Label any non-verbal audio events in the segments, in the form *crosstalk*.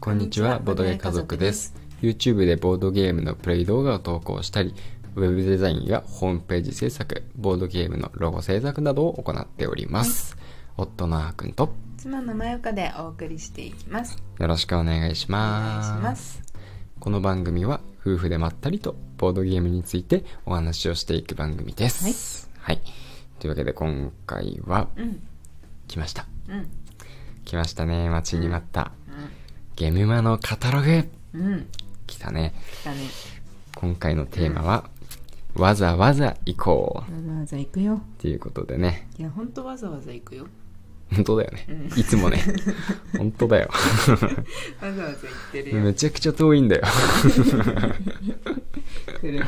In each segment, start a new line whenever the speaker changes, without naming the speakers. こんにちは、ボードゲー家族です。YouTube でボードゲームのプレイ動画を投稿したり、ウェブデザインやホームページ制作、ボードゲームのロゴ制作などを行っております。夫のあーくんと、
妻のまよかでお送りしていきます。
よろしくお願いし
お願いし
ます。
ます。
この番組は、夫婦でまったりとボードゲームについてお話をしていく番組です。はい。というわけで、今回は、
うん、
来ました。
うん、
来ましたね。待ちに待った。ゲムマのカタログ
うん、
来たね。
だね。
今回のテーマは、わざわざ行こう
わざわざ行くよ。
っていうことでね。
いや、本当わざわざ行くよ。
本当だよね。いつも
*laughs*
ね。本当だよ。
わざわざ行ってる
め。ちゃくちゃ遠いんだよ。
車で。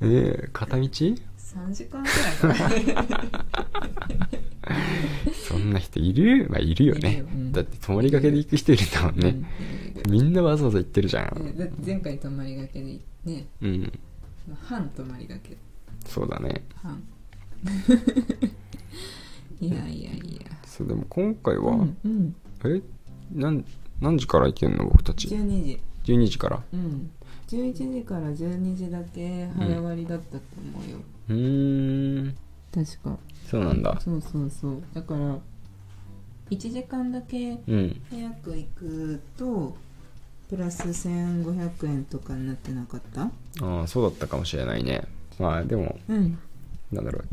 えー、片道
三時間くらいかな。
そんな人いるまあ、いるよ
いる
ね
ようん。
だって泊まりがけで行く人いるんだもんね。みんなわざわざ行ってるじゃ
ね
ん。
だって前回泊まりがけで行ってね、
うん。
半泊まりがけ。
そうだね。
*laughs* 半。いやいやいや。
そう、でも今回は、
うん、うん。
えなん、何時から行けんの僕たち。
12時。
12時から。
うん。11時から12時だけ早割りだったと思うよ。
うーん。
確か。
そうなんだ。
そうそうそうだから1時間だけ
うん。
早く行くとプラス1500円とかになってなかった
ああ、そうだったかもしれないね。まあ、でも、
うん
なんだろう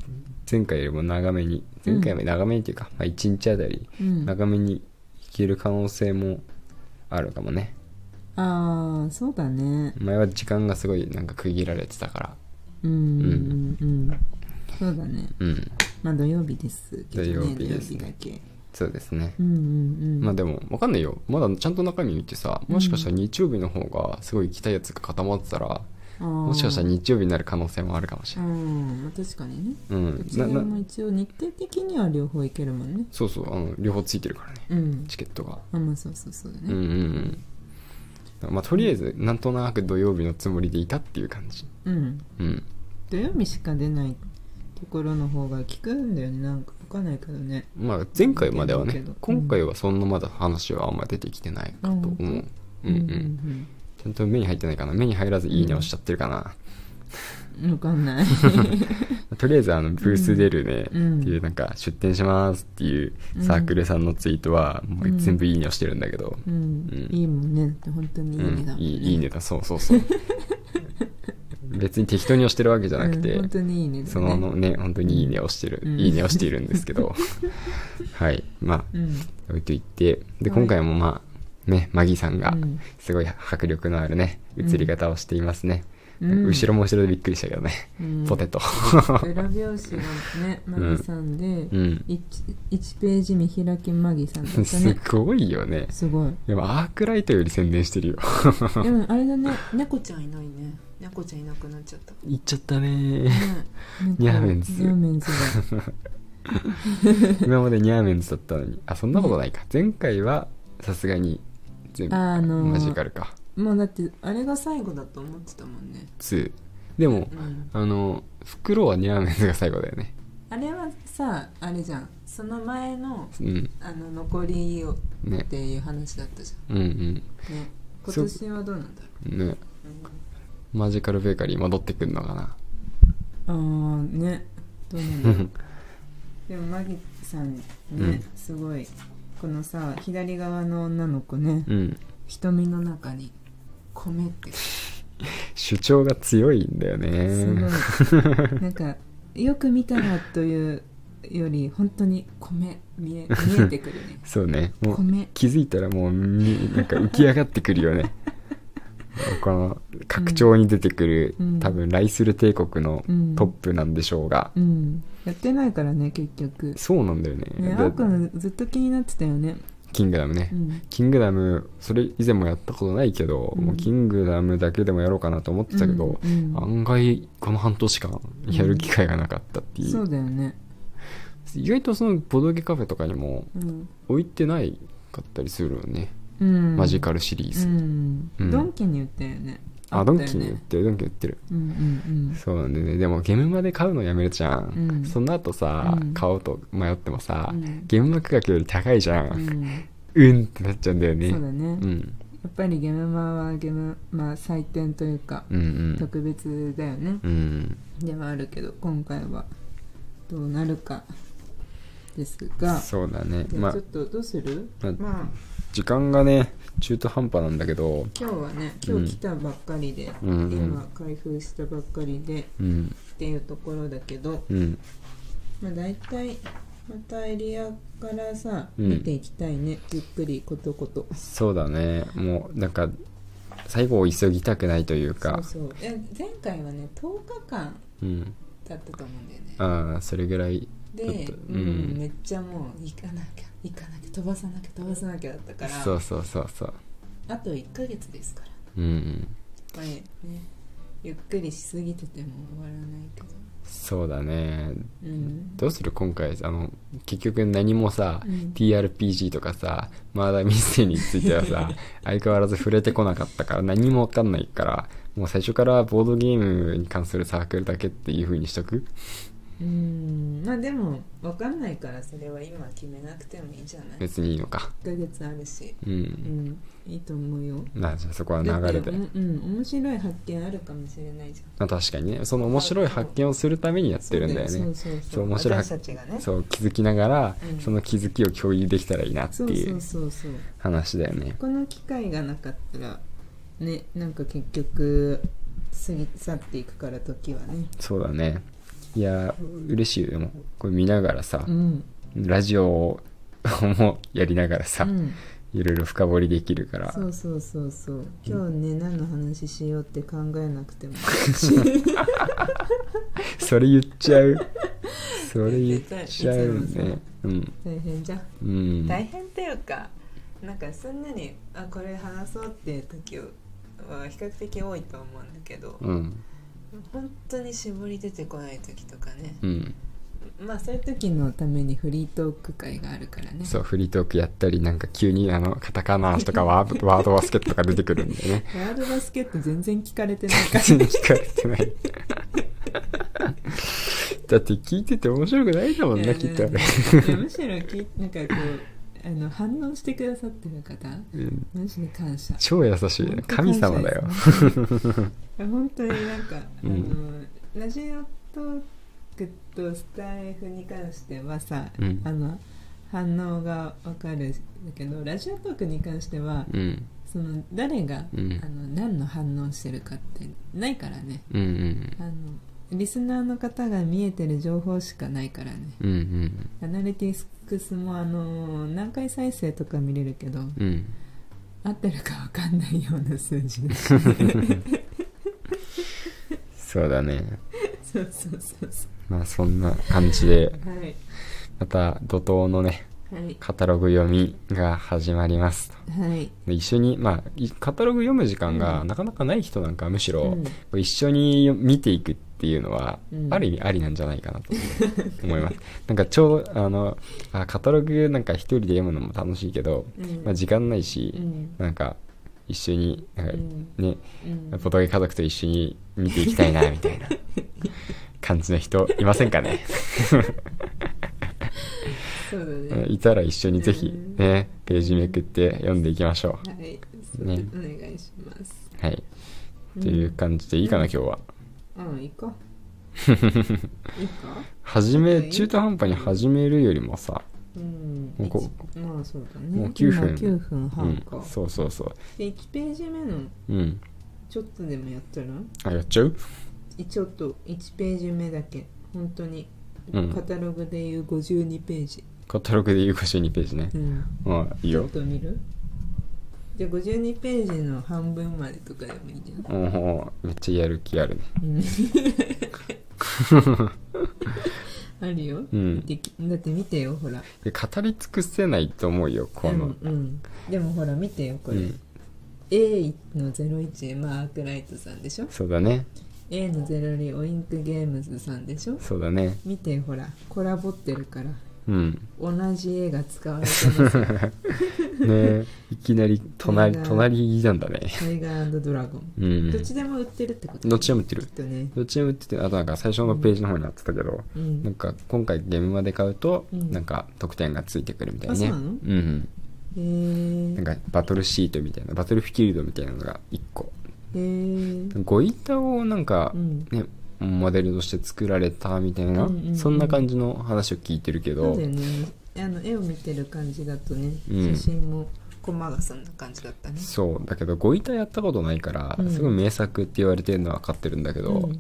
前回よりも長めに前回より長めにというか、まあ、1日あたり
うん
長めに弾ける可能性もあるかもね
ああそうだね
前は時間がすごいなんか区切られてたから
うんうんうんそうだね
うん
まあ土曜日ですけどね
土曜日ですね
土曜日だけ
そうですね
うんうんうん
まあでもわかんないよまだちゃんと中身見てさもしかしたら日曜日の方がすごい行きたいやつが固まってたら、も
も
しかしたら
に
日曜日になる可能性もあるかもし
う
れない、
んまあ確かにね
うん
どち
な
らも
な
一応日程的には両方行けるもんね
そうそうあの両方ついてるからね
うん
チケットが
あまあそうそうそうだ
うんう
ね
んうんまあとりあえずなんとなく土曜日のつもりでいたっていう感じ
うん
うん
土曜日しか出ないところの方が効くんだよねなんかわかんないけどね
まあ前回までは
け
ね
ど
今回はそんなまだ話はあんま出てきてないかと思う、
う
うんんうん、ちゃんと目に入ってないかな目に入らずいいねをしちゃってるかな、
うんわか
*laughs*
んない
とりあえずあのブース出るね
うん
っていうなんか出店しますっていうサークルさんのツイートはもう全部いいねをしてるんだけど、
うん、
うん
いいもんねだって本当にいいねだもん
いいいいねだそうそうそう *laughs* 別に適当に押してるわけじゃなくて、
うん本当にいいねだね
そのあのね本当にいいねをしてる、
うん
いいねをしているんですけ
*laughs*
どはいまあ
うん
置いといてで
はい
今回もまあねマギーさんが
うん
すごい迫力のあるね映り方をしていますね、
うん
後ろも後ろでびっくりしたけどね、
うん
ポテト
裏表紙がねマギさんで、
うん
一一ページ目開きマギさんだった
す
ね
ごいよね
すごい
でもアークライトより宣伝してるよ
でもあれだね猫ちゃんいないね猫ちゃんいなくなっちゃった
いっちゃったねニ
ニ
ャーメンズ
ニャーメンズだ
今までニャーメンズだったのにあそんなことないか前回はさすがに全部
あのー
マジカルか
もうだってあれが最後だと思ってたもんね、
2でも
うん、
あの袋はニャーメンズが最後だよね
あれはさあれじゃんその前の
うん
あの残りをっ
ね
ていう話だったじ
うん
ゃんね今
そう
年はどうなんだろ
うんね
う、
マジカルベーカリー戻ってくんのかな
ああねどうなんだろう *laughs* でもマギさんね、
うん
すごいこのさ左側の女の子ね、
うん
瞳の中に米って
主張が強いんだよ
す
ね
ごい *laughs* なんかよく見たらというより本当に米見え見えてくる *laughs* ね
そうねもう
米
気づいたらもうみなんか浮き上がってくるよね *laughs* この拡張に出てくる、
うん
多分ライスル帝国の
うん
トップなんでしょうが、
うんやってないからね結局
そうなんだよね
ね
だ
青くんずっと気になってたよね
キングダムね、
うん
キングダムそれ以前もやったことないけど、
うん
もうキングダムだけでもやろうかなと思ってたけど、
うんうん
案外この半年間やる機会がなかったっていう,、
そうだよね
意外とそのボドゲカフェとかにも
うん、
置いてないかったりするよね、
うん、
マジカルシリーズ、
うん、
うん
ドンキに売ったよね
あドンキに売
に
ってるドンキに売ってる
うんうん
そうなんだよねでもゲームまで買うのやめるじゃん、
うん
その後さ、
うん
買おうと迷ってもさ、
うん
ゲーム価格より高いじゃ、
うんん、
うん、ってなっちゃうんだよね
そうだね、
うん
やっっぱりゲムマはゲム、まあ、祭典というか、
うん
特別だよね
うんうん
ではあるけど今回はどうなるかですが
そうだね
じゃ
ま
あ
あ
ちょっとどうする、
まあ
まあ
時間がね中途半端なんだけど
今日はね
う
今
ん
日来たばっかりで、
うんうん
今開封したばっかりでっ
うん
ていうところだけど、
うん
まあ、大体またエリアからさ、
うん
見ていきたいねゆっくりことこと
そうだねもうなんか最後を急ぎたくないという
そ
か
うそうえ前回はね10日間
うん
だったと思うんだよね
ああそれぐらい
で
ちょっ、と
うん
うん
めっちゃもう行かなきゃ行かなきゃ飛ばさなきゃ飛ばさなきゃだったから
そうそうそうそう
あと1ヶ月ですからやっ
うんうん
ぱりねゆっくりしすぎてても終わらないけど
そうだね
うん
どうする今回あの結局何もさ、
うん
TRPG とかさマーダーミステリーについては
*laughs*
さ相変わらず触れてこなかったから何も分かんないからもう最初からボードゲームに関するサークルだけっていう風にしとく
うんまあでも分かんないからそれは今決めなくてもいいじゃない1
別にいいのか
ヶ月あるし
う、
うんんいいと思うよ
まあじゃあそこは流
だって
れで、
うんうん面白い発見あるかもしれないじゃん
まあ、確かにねその面白い発見をするためにやってるんだよね
そうそうそう
そう面白い
私たちがね
そう気づきながら、
うん
その気づきを共有できたらいいなって
そう
い
そううそうそう
話だよね
この機会がなかったらねなんか結局過ぎ去っていくから時はね
そうだねいや嬉しいよでもこれ見ながらさ、
うん、
ラジオをもやりながら
う
さ、
ん、
いろいろ深掘りできるから
そうそうそうそう今日ね何の話しようって考えな
*laughs*
くても
それ言っちゃ
*laughs*
うそれ言っちゃう
いつも
ね
さ
うん
大変じゃん、
うん
大変っていうかなんかそんなにあこれ話そうっていう時は比較的多いと思うんだけど
うん
本当に絞り出てこない時とかね
うん
まあそういう時のためにフリートーク会があるからね
そうフリートークやったりなんか急にあのカタカナとかワ
*laughs*
ーワードバスケットとか出てくるんだよね
ワールドバスケット全然聞かれてないから
全然聞かれてない *laughs* だって聞いてて面白くないんだもん
いや
なきっとあれ
ねいやむしろきなんかこうあの反応してくださってる方
うん
マジで感謝
超優しいね神様だよ
本当に感謝ですねいや *laughs* 本当になんか、
うん
あのラジオトークとスタイフに関してはさ、
うん
あの反応がわかるんだけどラジオトークに関しては
うん
その誰が、
うん
あの何の反応してるかってないからね
うんうん
あのリスナーの方が見えてる情報しかないからね
うんうん
アナリティクスもあの何回再生とか見れるけど
うん
合ってるか分かんないような数字だ *laughs*
そうだね
そうそうそうそ
まあそんな感じで
うはい
また怒涛のね
はい
カタログ読みが始まります
はい
で一緒にまあいカタログ読む時間が
うん
なかなかない人なんかむし
う
ろ
ん
一緒に見ていくっていうのは
うん
ある意味ありなんじゃないかなと思います *laughs* なんかちょうどあのあカタログなんか一人で読むのも楽しいけど、
うん
まあ、時間ないうし
ん
なんか一緒になんか
うん
ね
うん
ボトゲ家族と一緒に見ていきたいなみたいな感じの人いませんかね
そうだ
うん
ね
いたら一緒にぜひね、ページめくって読んでいきましょ
はいそう
ね
お願いします
う。はい。という感じでいいかな、今日は。
うん行こういいか
*laughs* 始
う
め、
ん
中途半端に始めるよりもさ、
うん
もうこ
一まあそうだね
もう九分
今九分
う
半
ん
か、、
そうそうそう。
で1ページ目の
うん。
ちょっとでもやったら
あ、やっちゃう
ちょっと1ページ目だけ本当に
うん
カタログでいう52ページ、
カタログで言う52ページね。
うん
うん、いい
ちょ
よ
っ。と見るじゃあ52ページの半分までとかでもいいじゃん
うんうんめっちゃやる気ある
*laughs*
ね。
うんあるよ、
うん
できだって見てよほら
で語り尽くせないと思うよ、この。
うんうん、でもほら見てよこ
う
れ、
ん。
A の01まあアークライトさんでしょ
そうだね。
A の02オインクゲームズさんでしょ
そうだね。
見てよほらコラボってるから
うん。 *laughs*
同じ絵が使われてますよ
ねいきなり隣、
うん
隣なんだね。
タイガードラゴン、
うん。
どっちでも売ってるってこと
どっちでも売ってる
きっとね
どっちも売ってて、あとなんか最初のページの方にあってたけど、
う
なん
ん
か今回ゲームまで買うと、
うん
なんか特典がついてくるみたい
あ
ね。
そうなの
ん、
え
なん
ー、
かバトルシートみたいなバトルフィールドみたいなのが1個
えー、
ご板をなんか
うん
ね、モデルとして作られたみたいな、
うんうんうん
そんな感じの話を聞いてるけ
そう
ど
だよねあの絵を見てる感じだとね、
うん
写真もコマがそんな感じだったね
そうだけどご板やったことないから、
うん
すごい名作って言われてるのは分かってるんだけど、
うん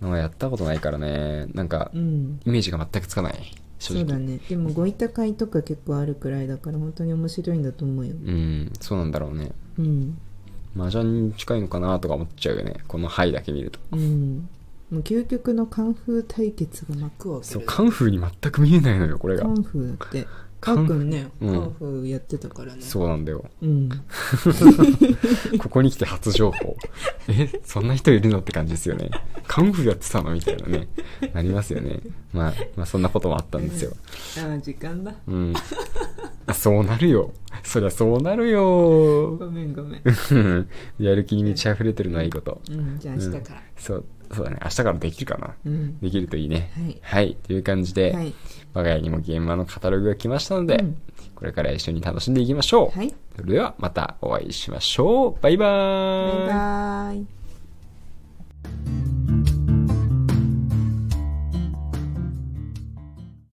なんかやったことないからねなんか
うん
イメージが全くつかない正
そ
直
うだねでもごいた会とか結構あるくらいだから本当に面白いんだと思うよ
うんそうなんだろうね
うん
麻雀に近いのかなとか思っちゃうよねこの「はい」だけ見ると
うんもう究極のカンフー対決が幕を開け
そう
る
カンフーに全く見えないのよこれが
カンフーって
カ
カ
ン
ン君ね、
うん
カンフーやってたからね
そうなんだよ
うん
ここに来て初情
*laughs*
報。え、そんな人いるのって感じですよね。カンフーやってたのみたいなね。なりますよね。まあ、まあそんなこともあったんですよ。
ああ時間だ
うん。あそうなるよ。そりゃそうなるよ。
ごめんごめん、
うんやる気に満ち溢れてるのはいいこと。
うん、じゃあ明日から
そう、そうだね。明日からできるかな。
うん、
できるといいね。
はい
という感じで、
はい
我が家にも現場のカタログが来ましたので、
うん
これから一緒に楽しんでいきましょう。
はい
それではまたお会いしましょう。バイバ
バ
ーイ。
イバイ